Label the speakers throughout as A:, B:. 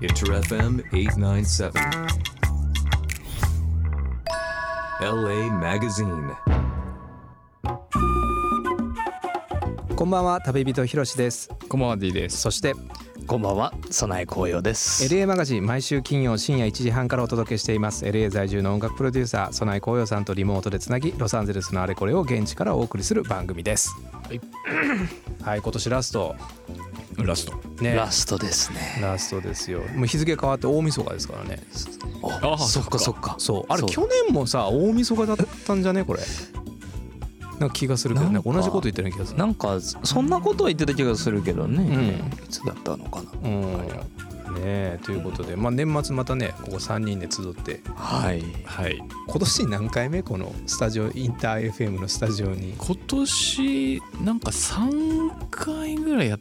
A: Iter FM 897. LA Magazine.
B: こんばんは旅人ひろしです
C: こんばんは D です。
B: そして
D: こんばんは、早苗紅葉です。
B: LA マガジン毎週金曜深夜1時半からお届けしています LA 在住の音楽プロデューサー備井光陽さんとリモートでつなぎロサンゼルスのあれこれを現地からお送りする番組です
C: はい
B: はい今年ラスト
C: ラスト。
B: ね
D: ラストですね。
B: ラストですよもう日付変わって大晦日ですからね
D: あ
C: あ
D: そっか
C: そ
D: そ
C: っ
D: っか。
B: そうあれ去年もさ大晦日だったんじゃねこれなんか気がするけどね
D: なんか
B: 同じこと言ってるような気がする
D: なんかそんなことは言ってた気がするけどね。
B: う
D: いつだったのかな。
B: うんねえということで、まあ、年末またねここ3人で集って
D: はい。
C: はい。
B: 今年何回目このスタジオインター FM のスタジオに
C: 今年なんか3回ぐらいやっ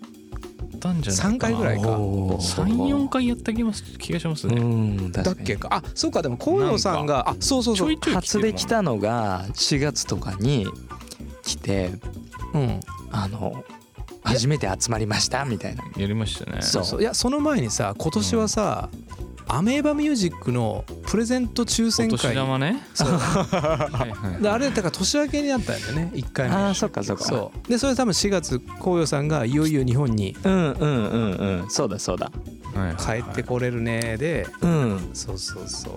C: たんじゃないかな。
B: 3回ぐらいか
D: おー
C: 三四回やった気ます気がします
D: う
C: ね。
D: ん、
B: だ
D: 確
B: っ
D: か
B: け
D: に。
B: かあそうかでも河野さんがあそうそう
C: ち
B: そ
C: ょ
B: う
C: いちょい来て
D: 初
C: るもん
D: で来たのが4月とかに来て、
B: うん
D: あの初めて集まりましたみたいな。
C: やりましたね。
D: そう
B: そういやその前にさ今年はさ、アメーバミュージックのプレゼント抽
C: お
B: 選
C: 年
B: 会
C: 玉ね。
B: そう
C: はいはい
B: であれだから年明けになったんだよね1回目
D: ああ、そっかそっか。
B: そうでそれ多分4月紅葉さんがいよいよ日本に
D: う。うんうんうんうん。そうだそうだ。
C: はいはい
B: 帰ってこれるねで
D: うん。
B: そうそうそ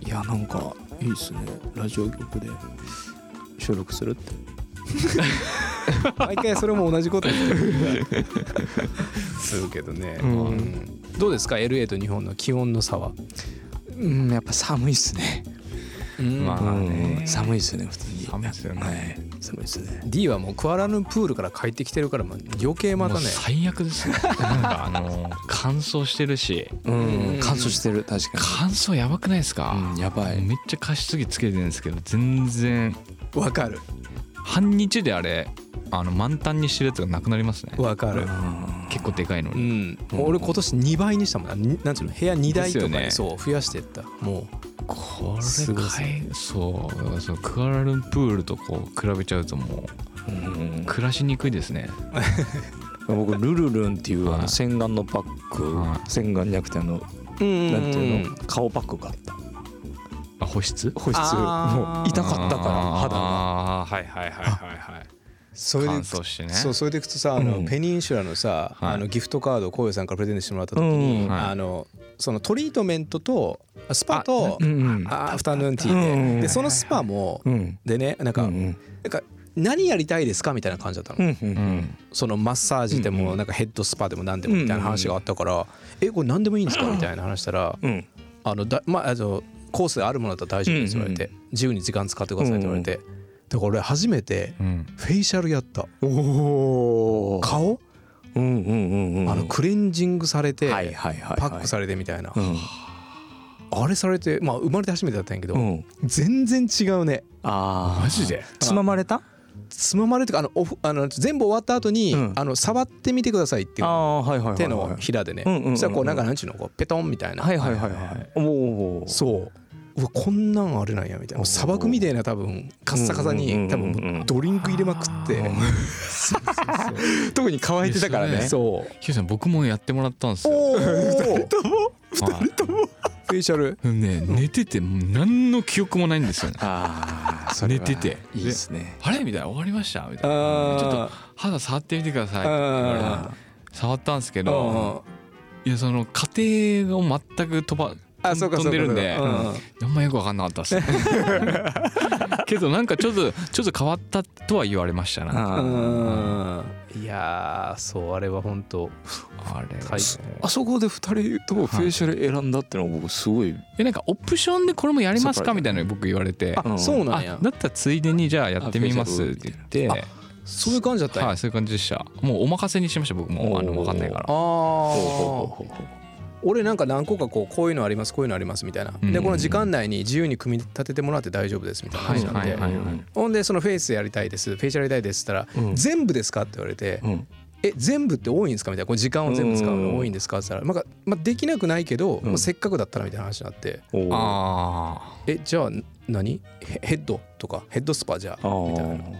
B: う
D: いやなんかいいですね。ラジオ局で収録するって。
B: 毎回それも同じこと 言ってるするけどね、
D: ん
B: うんどうですか LA と日本の気温の差は、
D: うん、やっぱ寒いっすね。
C: まあ
D: う
C: ね
D: ん。寒いっすね、普通に。
C: 寒いっすよね
D: はい、寒いっすね。
B: D はもうクアラルンプールから帰ってきてるからもう余計また
C: も
B: ね
C: う最悪ですね。なんかあの乾燥してるし、
D: うん、乾燥してる、確か
C: 乾燥やばくないです
D: に。
C: か
D: うん、。やばい。
C: めっちゃ加湿器つけてるんですけど全然
B: わかる
C: 半日であれあの満タンにしてるやつがなくなりますね
B: わかる
C: 結構でかいの
B: う
C: に、
B: ん、もう俺今年2倍にしたもんなになんていうの部屋2台とかに、
C: ですよね
B: そう増やしてったも
C: こ
B: す
C: れ
B: ごいっす
C: かいそうだからそのクアラルンプールとこう比べちゃうともう暮らしにくいですね
D: 僕ルルルンっていうあ
C: は
D: の
C: い
D: 洗顔のパック、
C: はい
D: 洗顔じゃなくてあの
B: う、
D: な
B: なんん
D: て
B: て
D: い
B: いうう
D: の
B: の
D: 顔パックがあった
C: あ保湿
D: 保湿
B: あー
D: もう痛かったから肌が
C: あーはいはいはいはいはい
B: そ
C: 乾
B: いく
C: 燥してね
B: そうそれでいくとさあの、
D: うん
B: ペニンシュラの
C: は
B: さ、
C: い
B: あのギフトカードをこうよさんからプレゼントしてもらった時に、
D: うん
C: はい
B: あのそのトリートメントとスパと
D: うんうん
B: あアフタヌーンティーで,、
D: うん
B: でそのスパも、
D: うん
B: でねなん
D: う
B: か,、
D: んうん
B: なんか何やりたいですかみたいな感じだったの、
D: うんうん
C: うん
B: そのマッサージでも、なんかヘッドスパでも何でもみたいな話があったから「えこれ何でもいいんですか?」みたいな話したら「
D: うん
B: あのだまああのコースであるものだったら大丈夫です」言われて、自由に時間使ってください」って言われて、だから俺初めて
C: うん
B: フェイシャルやった
D: おー
B: 顔
D: うんうんうんうん
B: あのクレンジングされて、
D: はいはいはいはい
B: パックされてみたいな、
D: うん
B: あれされてまあ生まれて初めてだったんやけど、
D: うん
B: 全然違うね
D: ああ
C: マジで
D: つままれた
B: つままれてかあのおふあの全部終わった後に、
D: うん
B: あの触ってみてくださいっていう
D: あーはいはいはいはい
B: 手のひらでね、
D: うんうんうんうん
B: そしたらこうなんかなんちゅうのこうペトンみたいな、
D: はいはいはいはいおおー
B: そううわこんなんあれなんやみたいなもう砂漠みたいな多分カッサカサ
D: うんう
B: に
D: ん
B: 多分
D: うん
B: もうドリンク入れまくって
D: 特に乾いてたからね
B: そう
C: ヒロさん僕もやってもらったんですよ
B: おお2人と も
C: はい
B: フェイシャル
C: でもね寝ててもう何の記憶もないんですよね
D: ああ
C: 寝てて
D: いいですね
C: あれみたいな終わりましたみたいな
B: あー
C: ちょっと肌触ってみてくださいって言われて
B: あ
C: 触ったんですけ
B: ー
C: どいやその家庭を全く飛ば
B: あそうかそう
C: 飛
B: か
C: んでるんで
B: そうかうんうん
C: あんまよく分かんなか ったっすけどなんかちょっとちょっと変わったとは言われましたな
D: あー
B: いやーそうあれは本当
C: あれ
B: 大
D: あそこで2人ともフェイシャル選んだってのは僕すごい
C: えなんかオプションでこれもやります
D: そうか
C: かみたいなの僕言われて
D: うん
B: あそうなん
C: あ
B: や
C: だったらついでにじゃあやってみますって言って
B: そういう感じだったんや
C: はいそういう感じでしたもうお任せにしました僕もあの分かんないから
B: あ
D: ほう
B: ー
D: ほうほうほう
B: 俺なんか何個かこうこういうのありますこういうのありますみたいな
C: うん
B: でこの時間内に自由に組み立ててもらって大丈夫ですみたいな
C: はい
B: 話
C: は
B: なん
C: い
B: で
C: はいはい
B: ほんでそのフェイスやりたいですフェイシャルやりたいですって言った
D: う
B: ら
D: ん
B: 全部ですかって言われて
D: うん
B: え全部って多いんですかみたいなこう時間を全部使う
D: うん
B: の多いんですかって言ったらなんかまあできなくないけど
D: うん
B: まあせっかくだったらみたいな話になって
D: おー
C: あ
B: えじゃあ何ヘヘッドとかヘッドスパじゃ
D: あ
B: あ
D: ー
B: みたいな。
C: ー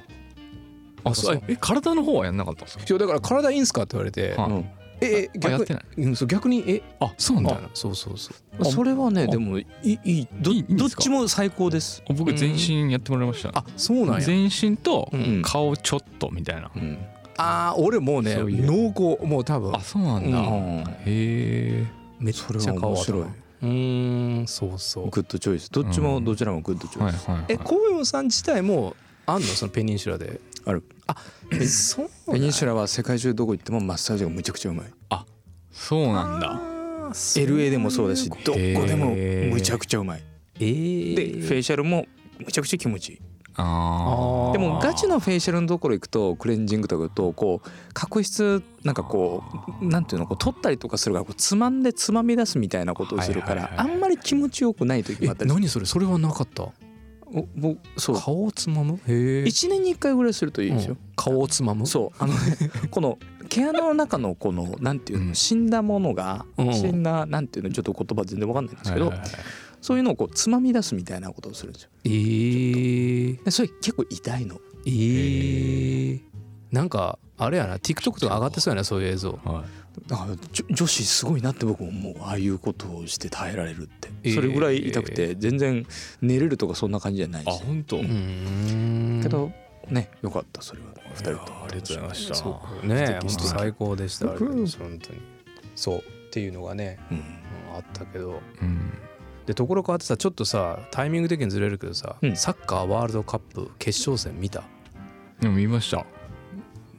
C: あそうえ体の方はやんなかったんですか
B: いやだから体いいんすかって言われて、
C: は
D: うん
B: え
C: あやってない
B: い、うん、そう逆にえ
C: あそうなん
B: みた
C: だ
B: いなそうそうそう
C: あ
D: それはね
C: あ
D: でもいいいいど
C: いいいいん
D: ど
C: で
D: っ
C: すか
D: ちも最高です
C: 僕全身やってもらいました、
D: あそうなんや、
C: 全身と
D: うん
C: 顔ちょっとみたいな、
D: うん
B: ああ俺もうね
C: そうい
B: 濃厚もう多分
C: あそうなんだ、へえ
B: めっ
D: それは面白い
B: うんそうそう
D: グッドチョイスどっちも
C: うん
D: どちらもグッドチョ
C: は
D: イ
C: い
D: ス、
C: はい、はい、
B: え紅葉さん自体もあんのそのペニンシュラで
D: ある
B: えそう
D: ペニンシュラは世界中どこ行ってもマッサージがむちゃくちゃうまい
C: そうなんだ
D: LA でもそうだしどこでも
C: へー
D: むちゃくちゃうまい
B: えー、
D: でフェイシャルもむちゃくちゃ気持ちいい
C: あ
B: あー
C: あ
D: でもガチのフェイシャルのところ行くとクレンジングとか行くとこう角質なんかこうなんていうのこう取ったりとかするからこうつまんでつまみ出すみたいなことをするか
C: はい
D: ら
C: はい
D: あ
C: はいはい
D: んまり気持ちよくない時
B: え
D: もあったりする
B: 何それそれはなかった
D: おもうそう
B: 顔をつまむへえ
D: 1年に1回ぐらいするといいですよ、
B: 顔をつまむ
D: そうあのね この毛穴の中のこのなんていう
C: う
D: の
C: ん
D: 死んだものが
B: うん
D: 死んだなんていうのちょっと言葉全然わかんないんです
C: はい
D: け
C: はいは
D: ど
C: いはい
D: そういうのをこうつまみ出すみたいなことをするんですよ
B: えー、
D: でそれ結構痛いの
B: えー、なんかあれやな TikTok とか上がってそうやなそういう映像
C: はい
D: だからじょ女子すごいなって僕も思うああいうことをして耐えられるって、
B: えー
D: それぐらい痛くて全然寝れるとかそんな感じじゃない
C: あ
D: し
C: 本当、
B: う
C: いや
B: ーん
D: けどねよかったそれは2人と
C: ありがとうございました
D: そ
B: ねえ
D: 素敵
B: 本当
D: 素敵
B: 最高でしたあれ
D: うん
B: 本当にそうっていうのがね、
D: う
B: うんあったけど
C: うん、
B: でところ変わってさちょっとさタイミング的にずれるけどさ、
D: うん
B: サッカーワールドカップ決勝戦見た
C: でも見ました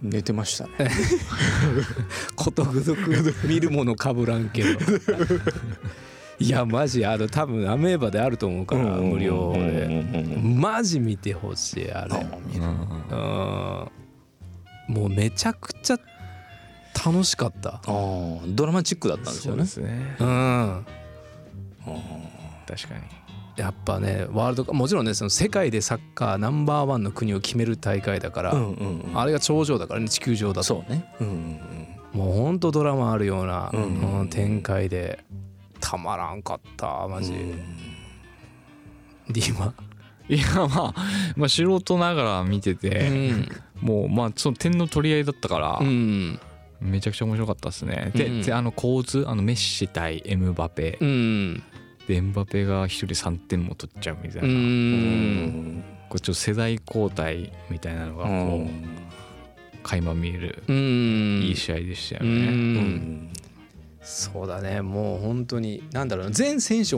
D: うん寝てました ね
B: ことぐどく見るものかぶらんけど いやマジあの多分アメーバであると思うから無料で
D: で
B: マジ見てほしいあれ
C: うん
B: うんもうめちゃくちゃ楽しかった
D: ああドラマチックだったんです
C: そ
D: よ
C: うで
D: ね
C: すね
B: うん
C: 確かに
B: やっぱねワールドカップもちろんねその世界でサッカーナンバーワンの国を決める大会だから、
D: うんうんうん
B: あれが頂上だからね地球上だと
D: そうねうんうん
B: もうほんとドラマあるような、
D: うんうん
B: うん展開でたまらんかったマジ、で今、
C: いやまあ、まあ、素人ながら見てて、もうまあその点の取り合いだったから、
B: うん
C: めちゃくちゃ面白かったですね、で
B: うん
C: であの構図あのメッシ対エムバペ、
B: うん
C: でエムバペが一人3点も取っちゃうみたいな、
B: う
D: うんん
C: こうちょっと世代交代みたいなのが
D: う
C: こうん垣間見える
B: うん
C: いい試合でしたよね、
B: うんそうだねもう本当に何だろうな全選手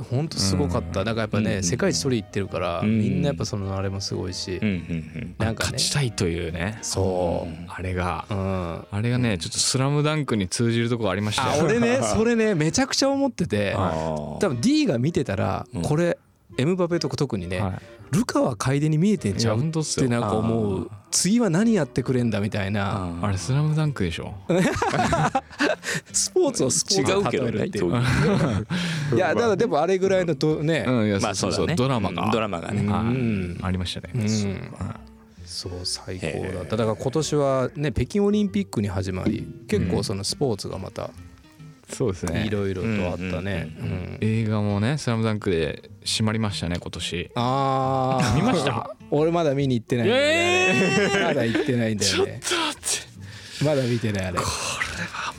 B: 本当すごかった、
C: うん
B: だからやっぱね、
D: うん
B: 世界一取り行ってるから、
D: うん
B: みんなやっぱそのあれもすごいし、
D: うんうん
B: なんかね
C: 勝ちたいというね
B: そう
C: あれが、
B: うん
C: あれがねちょっと「スラムダンクに通じるとこありました
B: あ
C: よ
B: 俺ねそれねめちゃくちゃ思ってて
C: は
D: 多
B: 多分 D が見てたら、
D: うん
B: これエムバペとか特にね、
C: は
B: ルカは楓に見えてん
C: い、い
B: ちゃ
C: や
B: うっ
C: 本当っす
B: て
C: よ
B: なんか思う次は何やってくれんだみたいな
C: あれ「スラムダンクでしょ
B: スポーツをスポーツ
D: 違う
B: で
D: けど
B: 例える
D: ね
B: っていういやだからでもあれぐらいのどね、
C: うんいや
D: まあ
C: そう
D: そ
C: そう
D: だ
C: う
D: ね
C: ドラマ
D: う
C: が
D: んドラマがね
C: はい
B: うん
C: ありましたね、
B: うんそう最高だっただから今年はね北京オリンピックに始まり結構そのスポーツがまた
C: そうです
B: い
C: ね
B: ろいろとあったね
D: うんうんう
B: う
D: ん
B: ん
C: 映画もね「スラムダンクで締まりましたね今年
B: あー
C: 見ました
B: 俺まだ見に行ってないんだよねまだ行ってないんだよねまだ見てないあれ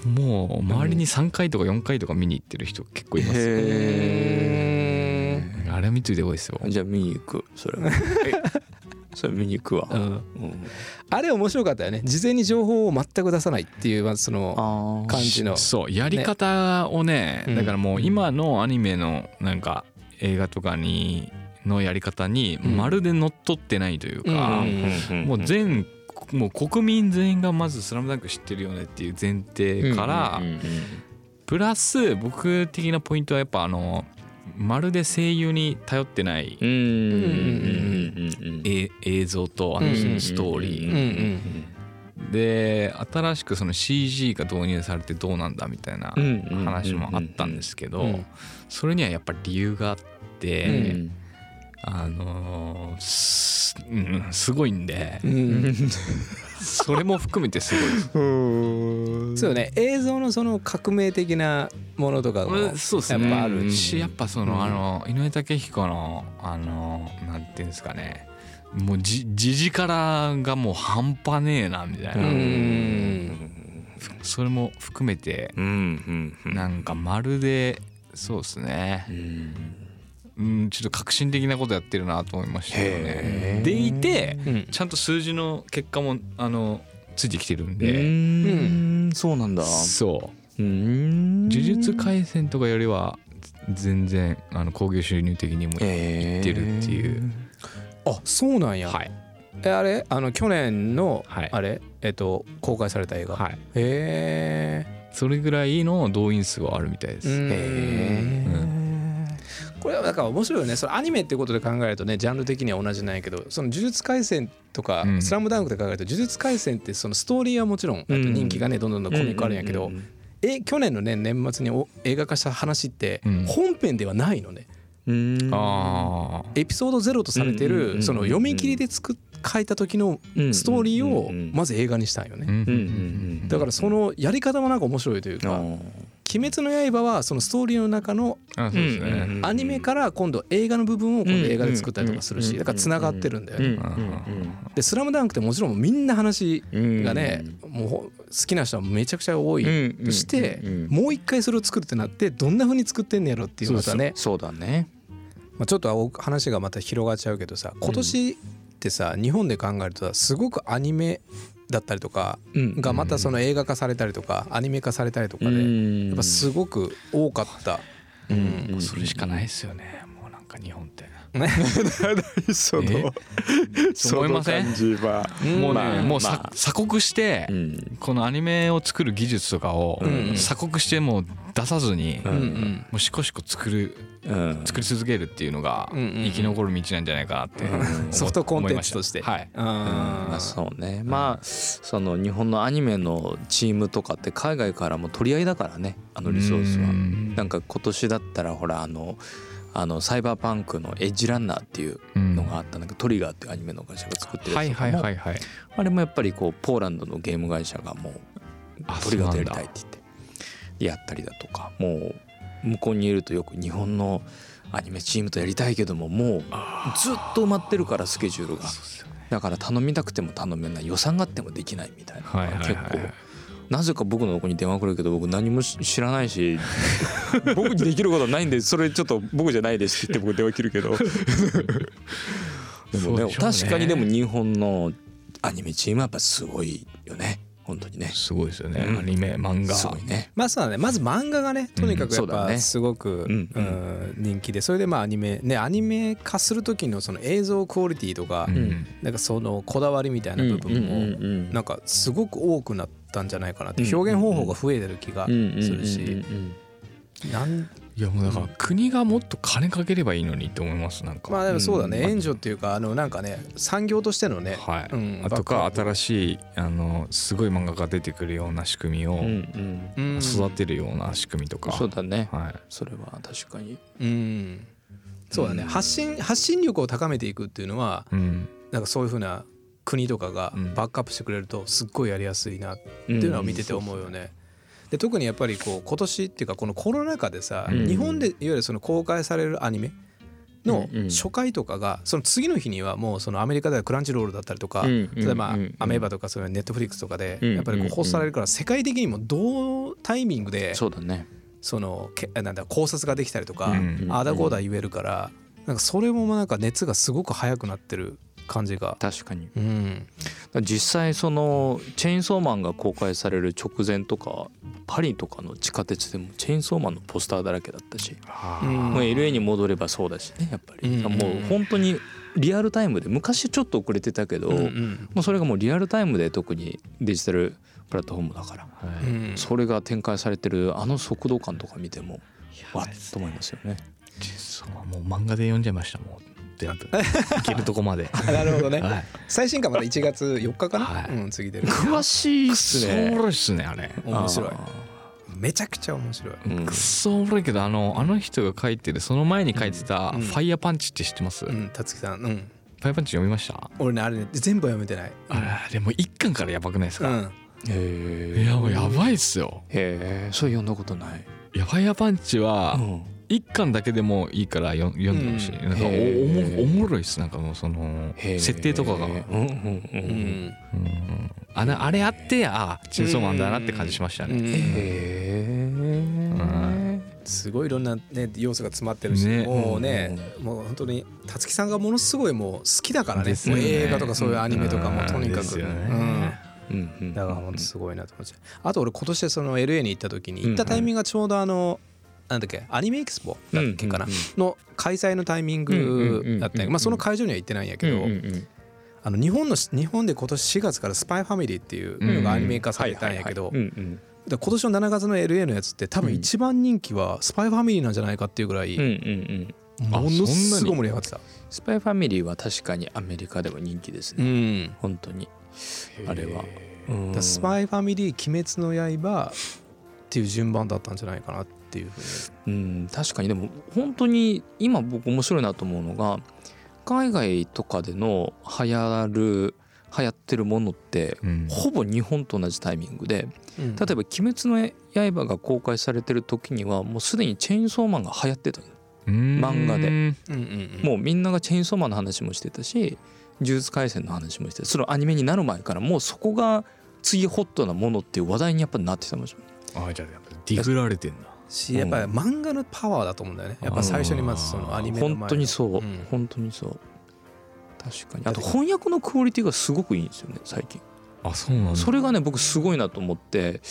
C: もう周りに3回とか4回とか見に行ってる人結構いますよ
D: へ
C: あれ見といてこいですよ
D: えじゃあ見に行く それはそれ見に行くわ
B: うん
D: うん
B: あれ面白かったよね事前に情報を全く出さないっていうまずその
D: あ
B: 感じの
C: そうやり方をね
B: ね
C: だからもう今のアニメのなんか映画とかにのやり方に
B: うん
C: まるで乗っ取ってないという
B: あ
C: か、
D: ー
C: もう全もう国民全員がまず「スラムダンク知ってるよねっていう前提から、
D: うんうん
C: プラス僕的なポイントはやっぱあのまるで声優に頼ってない、
D: うんうんうんうん
C: え映像とアニメーションストーリー、
B: うんうん
C: で新しくその CG が導入されてどうなんだみたいな
D: うん
C: 話もあったんですけ
B: う
C: ど
B: ん
C: それにはやっぱり理由があっ
D: う
C: て
D: ん
C: あのーすうんすごいんで
B: うん
C: それも含めてすごい です
B: そうね映像のその革命的なものとかも
C: う
B: やっ
C: んそうですね
B: ぱあるし
C: しやっぱそ
B: うん
C: のあの井上武彦のあのなんていうんですかねもうじじ力がもう半端ねえなみたいな
B: うん
C: それも含めて
D: うんうんうん
C: なんかまるでそうですね
D: うん
C: うんちょっと革新的なことやってるなと思いましたよ
D: へ
C: ね
D: ー。
C: でいて
B: うん
C: ちゃんと数字の結果もあのついてきてるん
D: う
C: で、
D: ーんそうなんだ
C: そう
D: うーん
C: 呪術廻戦とかよりは全然あの興行収入的にも
D: えー
C: いってるっていう
B: あそうなんや、
C: はい
B: えあれあの去年の、
C: はい
B: あれえっと公開された映画、
C: はい
B: へえ
C: それぐらいの動員数はあるみたいです。
B: うん
D: へ
C: う
B: これはだから面白いよねそれアニメってことで考えるとねジャンル的には同じなんやけどその「呪術廻戦」とか
C: うん
B: 「スラムダンクで考えると「呪術廻戦」ってそのストーリーはもちろんあと人気がねどんどんどんどんコミックあるんやけど、
D: うう
B: え去年のね年末にお映画化した話って
C: うん
B: 本編ではないのね、
D: うんうん
C: ああ
B: エピソードゼロとされて
D: うんうんうんうんう
B: る
D: ん
B: その読み切りで作っ書いた時の
D: うん
B: ストーリー
D: う
B: を
D: んうん
B: まず映画にしたんよね、
C: うんうん
D: うんうん
B: だからそのやり方もなんか面白いという
D: あ
B: か「鬼滅の刃」はそのストーリーの中の
C: あそうですね。
D: ー
B: アニメから今度映画の部分を今度映画で作ったりとかする
D: うん
B: し
D: うん
B: だからつながってるんだよ
D: う
B: ね。
D: ん
B: で「スラムダンクってもちろんみんな話
D: うんうん
B: がねもう好きな人はめちゃくちゃ多い
D: うん
B: として
D: うんうん
B: もう一回それを作るってなってどんな風に作ってんねやろっていうまたね
D: そうだね
B: まあ、ちょっとお話がまた広がっちゃうけどさ今年ってさ日本で考えるとさすごくアニメだったりとか
D: うん
B: がまたその映画化されたりとかアニメ化されたりとかで
D: や
B: やっぱすごく多かった。
D: うん
C: もうそれしかないですよね。もうなんか日本って。
D: そ
C: えそう思いません
D: じは
B: うん
C: もう
D: まあ
C: ね、もう
D: ま
C: さ
D: あ
C: 鎖国して
D: う、ん
C: このアニメを作る技術とかを
B: うん
C: 鎖国してもう出さずに、
D: う
B: うんんう
C: も
B: ん
C: うしこしこ作る
D: うん
C: 作り続けるっていうのが
B: うんうんうん
C: 生き残る道なんじゃないかなって
D: うん
B: ソフトコンテンツと
C: 思いま
B: して。
C: たはい。
B: あー
D: まあそうねまあその日本のアニメのチームとかって海外からも取り合いだからねあのリソースは
C: うん
D: なんか今年だったらほらあのあのサイバーパンクの「エッジランナー」っていうのがあったんだけど、トリガーっていうアニメの会社が作ってるや
C: は
D: つ
C: い
D: とか
C: は
D: も
C: いはいはい。
D: あれもやっぱりこうポーランドのゲーム会社がもう
C: あ
D: トリガーとやりたいって言ってやったりだとかもう向こうにいるとよく日本のアニメチームとやりたいけどももうずっと埋まってるからスケジュールがだから頼みたくても頼めない予算があってもできないみたいな、
C: はいはいはい
D: 結構なぜか僕のとこに電話来るけど僕何もし知らない し僕にできることないんでそれちょっと僕じゃないですって言って僕電話切るけどでも
C: そう
D: ね
C: でしょうね
D: 確かにでも日本のアニメチームはやっぱすごいよね本当にね
C: すごいですよね。
D: うん
C: アニメ漫画。
D: すごいね
B: まあそうだねまず漫画がねとにかくやっ
D: うんそうだ
B: ぱ
D: ね
B: すごく、
D: うんうん
B: うん人気でそれでまあアニメねアニメ化する時のその映像クオリティとか、
C: うん
B: なんかそのこだわりみたいな部分
D: うんうんう
B: も
D: んうん
B: なんかすごく多くなったんじゃないかなって
D: うん
B: 表現方法が増えてる気がするしなん
C: いやもうだから国がもっと金かければいいのにって思いますなんか。
B: まあでもそうだね
C: ん
B: 援助っていうかあのなんかね産業としてのね
C: はい、
B: うん
C: あと
B: バ
C: か
B: ックアッ
C: 新しいあのすごい漫画が出てくるような仕組みを
D: うんうん
B: プうん
C: 育てるような仕組みとか、
D: そうだね
C: はい、
D: それは確かに
B: うんそうだね発信発信力を高めていくっていうのは
C: うん、
B: なんかそういうふうな国とかが
C: うん
B: バックアップしてくれるとすっごいやりやすいなって
D: って
B: いうのは見てて思うよね。で特にやっぱりこう今年っていうかこのコロナ禍でさ、
C: うん
B: 日本でいわゆるその公開されるアニメの
D: うんうん
B: 初回とかがその次の日にはもうそのアメリカではクランチロールだったりとか、例えばアメーバとかそういうネットフリックスとかで
D: うん
B: やっぱりこう放送されるから世界的にも同タイミングで
D: そうだね
B: そのけなんだ考察ができたりとか、
C: うん
B: ああだこうだ言えるからなんかそれもなんか熱がすごく早くなってる感じが。
D: 確かに
B: うん、
D: 実際そのチェーンソーマンが公開される直前とかパリとかの地下鉄でもチェーンソーマンのポスターだらけだったし
B: うん
D: もう LA に戻ればそうだしねやっぱり
B: うんうん
D: もう本当にリアルタイムで昔ちょっと遅れてたけど
B: うんう
D: も
B: ん
D: うそれがもうリアルタイムで特にデジタルプラットフォームだから
B: うん
D: それが展開されてるあの速度感とか見てもわっと思いますよね。
C: そうもう漫画で読んじゃいましたもう全 部いけるとこまで
B: あなるほどね、
C: はい
B: 最新刊まだ1月4日かな、
C: はい
B: うん、次出る
D: 詳しいっす
C: そうおも
D: ね。
C: ろいっすねあれ
B: 面白い
D: あ
B: めちゃくちゃ面白い
D: ーうん
C: くっそおもろいけどあのあの人が書いてるその前に書いてた「
B: う
C: フ
B: ん
C: ァイヤーパンチ」って知ってます、
B: うんたつきさんうん
C: ファイヤーパンチ読みました
B: 俺ねあれね全部は読めてない
C: あれでも一巻からやばくないです
B: う
C: か、
B: ん
D: へえ。
C: いやもうやばいっすよ
D: へえ。それ読んだことない。
C: いやファイヤーパンチは、
D: うん
C: 一巻だけでもいいからよ読んでほしい、
B: う
C: なんかお
D: へー
C: おもおもろいっすなんかもうその設定とかが、
D: う
C: うん
D: うん
C: ん
D: う
B: うんん
C: あれあれあってあチェンソーマンだなって感じしました
B: う
C: ね、
B: ん
D: へ
C: ん
D: え
B: すごいいろんな、ね、要素が詰まってるし、
C: ね
B: もうね、もう本当に辰木さんがものすごいもう好きだからね
C: です
B: も
C: よ
B: う
C: ね
B: 映画とかそういうアニメとかも
C: うん
B: とにか
C: で
B: く、
C: す
B: う
C: よね
B: ん、
D: うんうん
B: だから本当すごいなと思っちゃうあと俺今年その LA に行った時に
D: うん
B: 行ったタイミングがちょうどあのなんだっけアニメエキスポだっけかな
D: うんうん
B: の開催のタイミングだったんやけ
D: うんう
B: ど
D: ん
B: まあその会場には行ってないんやけど
D: うんうんうん
B: あの日本の日本で今年4月から「スパイファミリーっていうのがアニメ化されたんやけど
D: うんうん
B: だから今年の7月の LA のやつって多分
D: うん
B: 一番人気は「スパイファミリーなんじゃないかっていうぐらい
D: うんうん
B: も
D: うん
B: のすごい盛り上がってた。
D: スパイファミリーは確かにアメリカでも人気です
B: う
D: ね
B: ん
D: 本当にあれは
B: だからスパイファミリー「鬼滅の刃」っていう順番だったんじゃないかなっていうふうに
D: うん確かにでも本当に今僕面白いなと思うのが海外とかでの流行る流行ってるものって
C: うん
D: ほぼ日本と同じタイミングで
B: 例え
D: 例えば「鬼滅の刃」が公開されてる時にはもうすでにチェーンソーマンが流行ってたの漫画で
C: で
B: うんうん
D: もうみんながチェーンソーマンの話もしてたし呪術廻戦の話もしてそのアニメになる前からもうそこが次ホットなものっていう話題にやっぱなってたもん
C: あじゃあやっぱディグられてんだ
B: しやっぱり漫画のパワーだと思うんだよねやっぱ最初にまずそのアニメの前の
D: 本当にそう、
B: ん
D: 本当にそう確かにあと翻訳のクオリティがすごくいいんですよね最近
C: あそうなんだ
D: それがね僕すごいなと思って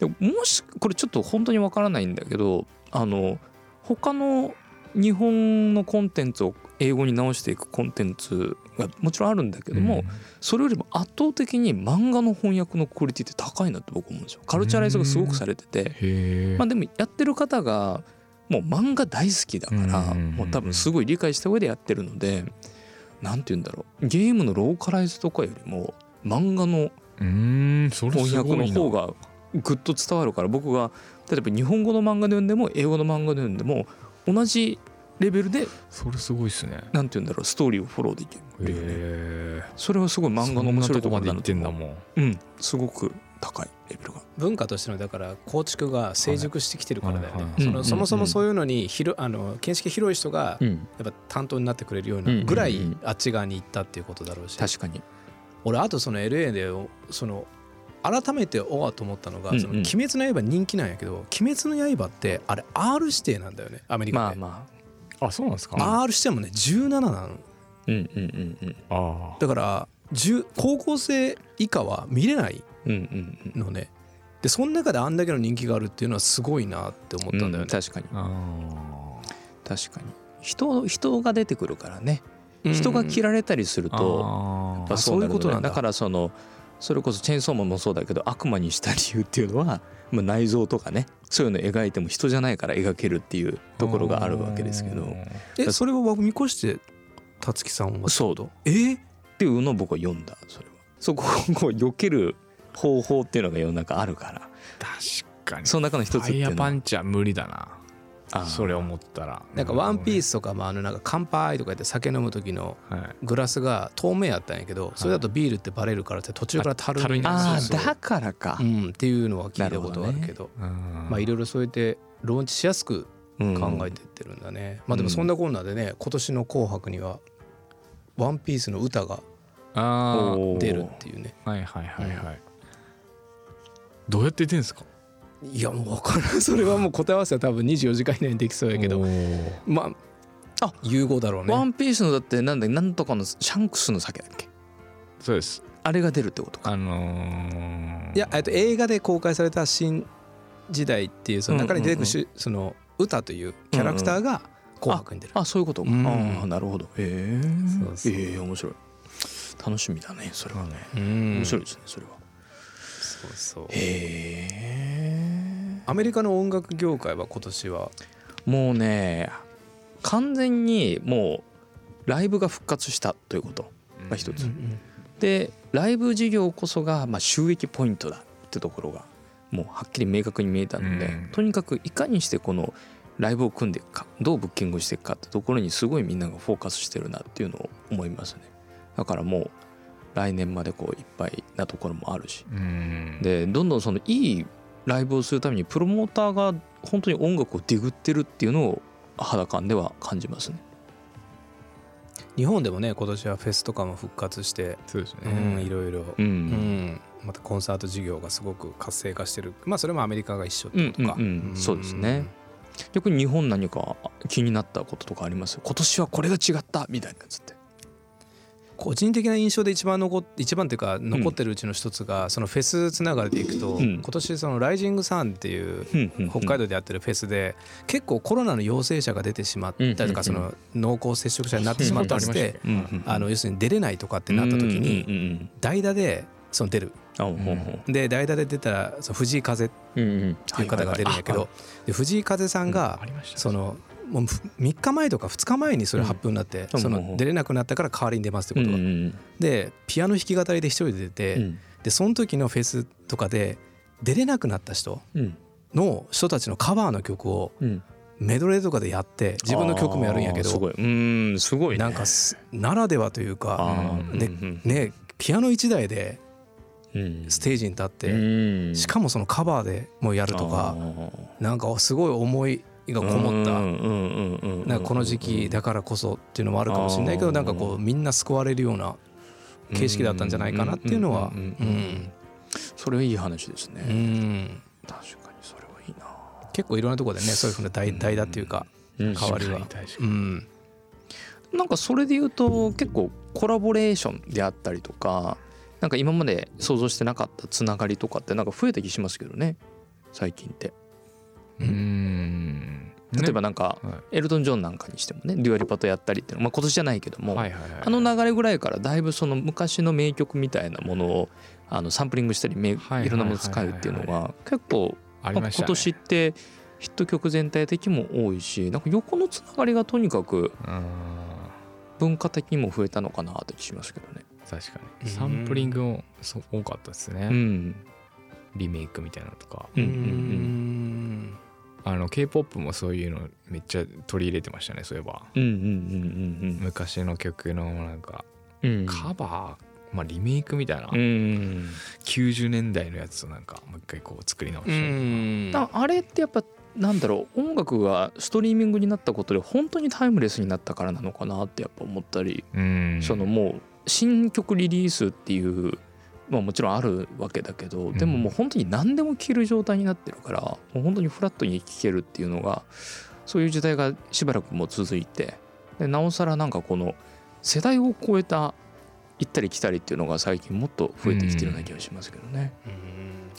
D: でももしこれちょっと本当にわからないんだけどあの他の日本のコンテンツを英語に直していくコンテンツがもちろんあるんだけども、それよりも圧倒的に漫画の翻訳のクオリティって高いなって僕思うんですよカルチャライズがすごくされてて、
C: へえ
D: まあ、でもやってる方がもう漫画大好きだから
C: うんうんうんうん
D: もう多分すごい理解した上でやってるので何て言うんだろうゲームのローカライズとかよりも漫画の
C: うんそれ
D: 翻
C: す
D: 訳
C: ご
D: の
C: いな
D: 方がぐっと伝わるから僕が例えば日本語の漫画で読んでも英語の漫画で読んでも同じレベルで
C: それすごいっすね
D: 何て言うんだろうストーリーをフォローでき
C: へ
D: るよね
C: え
D: それはすごい漫画の面白いとこ
C: まで
D: ろ
C: 行
D: だな
C: っ
D: と
C: てん
D: 思
C: だ
D: う
C: もん
D: うん、すごく高いレベルが。
B: 文化としてのだから構築が成熟してきてるからだよ
C: はい
B: ね
C: はい
B: そ
D: うんうんう
B: の
D: ん
B: そもそもそういうのに広あの見識広い人が
D: うん、
B: やっぱ担当になってくれるよう
D: うんうんう
B: なんぐらいあっち側に行ったっていうことだろうし
D: 確かに。
B: 俺あとその LA でその改めておわと思ったのが
D: うんう
B: 「
D: ん
B: その鬼滅の刃」人気なんやけど「鬼滅の刃」ってあれ R 指定なんだよねアメリ
D: ま
B: カ
D: あ
B: で
D: まあ。
C: あそうなんですか
B: R 指定もね17なの
D: うんうんうんうん。
C: あ
B: だから10高校生以下は見れない
D: うんうん
B: のねでその中であんだけの人気があるっていうのはすごいなって思っ
D: う
B: たん
D: ん。
B: だよね、
D: 確かに
C: あ。あ
D: 確かに。人人が出てくるからね。
B: うん
D: 人が切られたりする
C: あ
D: と、やっぱそ
B: あそ
D: うなる
B: ういうこと
D: よ
B: な
D: ね
B: んだ
D: だからそのそれこそチェーンソーマンもそうだけど悪魔にした理由っていうのは、まあ、内臓とかねそういうの描いても人じゃないから描けるっていうところがあるわけですけど
B: えそれを見越して辰木さんは
D: そうだっ
B: えー
D: ていうのを僕は読んだそれは。そこをこう避ける方法っていうのが世の中あるから
C: 確かに
D: その中の一つっ
C: フ
D: て
C: ァイ
D: い
C: ヤ
D: う
C: ー
D: の
C: パ
D: は
C: ンチは無理だな
D: あー
C: それ思ったら
B: なんか「ワンピー
C: ス、
B: スとかもあのなんか乾杯とか言って酒飲む時の
C: はい、
B: グラスが透明やったんやけどそれだとビールってバレるからって途中から樽に
D: あ
B: な
D: あ
B: るそうそう
D: だからか
B: う、んっていうのは聞いたことあるけどまあいろいろそうやってローンチしやすく
D: うん
B: 考えてってるんだね、まあでもそんなこんなでね今年の「紅白」には「ワンピースの歌が
C: あ
D: おー
B: 出るっていうね
C: あはいはいはいはい、どうやって出るんですか
B: いやもう分からんそれはもう答え合わせは多分24時間以内にできそうやけど
C: おー
B: まああ融合だろう
D: ワ
B: ね
D: ンピースのだってなんだなんとかのシャンクスの酒だっけ
C: そうです
D: あれが出るってことか
C: あのー、
B: いやえっと映画で公開された「新時代」っていうその中に出てくるし、その歌というキャラクターが「紅白」に出る、
D: あそういうことか、
B: うん
D: ああなるほどへえ
B: そうそう
D: ええ面白い楽しみだねそれはね、
B: うん
D: 面白いですねそれは
B: そうそう
D: へえ
B: アメリカの音楽業界は今年は
D: もうね完全にもうライブが復活したということが一つ、でライブ事業こそがまあ収益ポイントだってところがもうはっきり明確に見えたので、
C: うん
D: とにかくいかにしてこのライブを組んでいくかどうブッキングしていくかってところにすごいみんながフォーカスしてるなっていうのを思いますねだからもう来年までこういっぱいなところもあるし
C: うん
D: でどんどんそのいいライブをするためにプロモーターが本当に音楽をディグってるっていうのを肌感では感じますね
B: 日本でもね今年はフェスとかも復活して、
C: そうです
B: うん、いろいろ、
D: う
B: うん
D: ん、
B: またコンサート事業がすごく活性化してるまあそれもアメリカが一緒っ
D: う
B: てこ
D: んう
B: と
D: ん
B: か、
D: うん、そうですね逆に日本何か気になったこととかあります今年はこれが違ったみたいなやつって
B: 個人的な印象で一番残っ一番っていうか残ってるうちの一つが、そのフェスつながりでいくと、
D: ん
B: 今年その「ライジングサン」っていう北海
D: 道
B: 道でやってるフェスで結構コロナの陽性者が出てしまったりとか
D: うん
B: その濃厚接触者になってしまったりして
D: うんうん
B: あの要するに出れないとかってなった時に
D: うんうん
B: 代打でその出る
D: うんあほうほう
B: で代打で出たらその藤井風って
D: うんうん
B: いう方が出るんやけ
D: はいはいはいあ
B: どで藤井風さんが
C: ありましたね
B: そのもう3日前とか2日前にそれ発表になって
D: うん
B: そ
D: うん
B: の出れなくなったから代わりに出ますってこと
D: う
B: が
D: んうん
B: でピアノ弾き語りで一人で出
D: う
B: て
D: ん
B: でその時のフェスとかで出れなくなった人
D: うん
B: の人たちのカバーの曲を
D: うん
B: メドレーとかでやって自分の曲もやるんやけ
D: あーすご
B: ど
D: いうんすごいね
B: なんかすならではというか
D: あー
B: で
D: うん
B: ねピアノ1台で
D: うん
B: ステージに立って
D: うん
B: しかもそのカバーでもやると
D: あ
B: か
D: ー
B: なんかすごい思いがこもった
D: っ
B: なんかこの時期だからこそっていうのもあるかもしれないけど
D: あー
B: なんかこうみんな救われるような形式だったんじゃないかなっていうのは
D: う
B: うんん
D: それはいい話ですね、
B: うん
D: 確かにそれはいいな
B: 結構いろんなところでねそういうふうな代代だっていうか
D: うん
B: 代わりは
C: 確かに確か
B: うん
D: なんかそれで言うと結構コラボレーションであったりとかなんか今まで想像してなかったつながりとかってなんか増えた気しますけどね最近って
C: にうん
D: 例えば
C: ね
D: なんか
C: は
D: エルトン・ジョンなんかにしてもねデュアリパとやったりっていうのまあ今年じゃないけども、
C: いはいはいはい
D: あの流れぐらいからだいぶその昔の名曲みたいなものをあのサンプリングしたりめい
C: はいはいはいはい
D: ろんなもの使うっていうのが結構
C: ありましたね
D: 今年ってヒット曲全体的にも多いしなんか横のつながりがとにかく
C: うん
D: 文化的にも増えたのかなって気しますけどね。
C: 確か
B: うん
C: にサンプリングもそう多かったですね、
D: うん
C: リメイクみたいなのとか
D: うんう
B: うん
D: うん
B: ん
C: あの K-POP もそういうのめっちゃ取り入れてましたねそういえば
D: うんうんうん
C: 昔の曲のなんか
D: うんうん
C: カバー、まあ、リメイクみたいな、
D: うん
C: 90年代のやつをなんかもう一回こう作り直し
B: う
C: たりとか
B: ん
D: だあれってやっぱなんだろう音楽がストリーミングになったことで本当にタイムレスになったからなのかなってやっぱ思ったり
C: うん
D: そのもう新曲リリースっていう、まあ、もちろんあるわけだけど
C: ん
D: でももう本当に何でも聴ける状態になってるからもう本当にフラットに聴けるっていうのがそういう時代がしばらくもう続いてでなおさらなんかこの世代を超えた行ったり来たりっていうのが最近もっと増えてきてるような気がしますけどね。
B: うん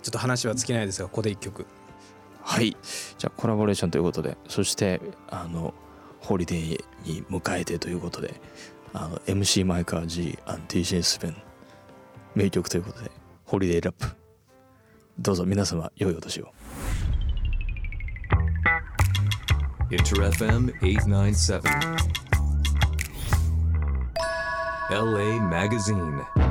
B: ちょっと話は尽きないですがここで一曲
D: はいじゃあコラボレーションということでそしてあのホリデーに迎えてということであの MC マイカー G& TJ スペン名曲ということでホリデーラップどうぞ皆様良いお年を
A: Inter FM 897. LA Magazine.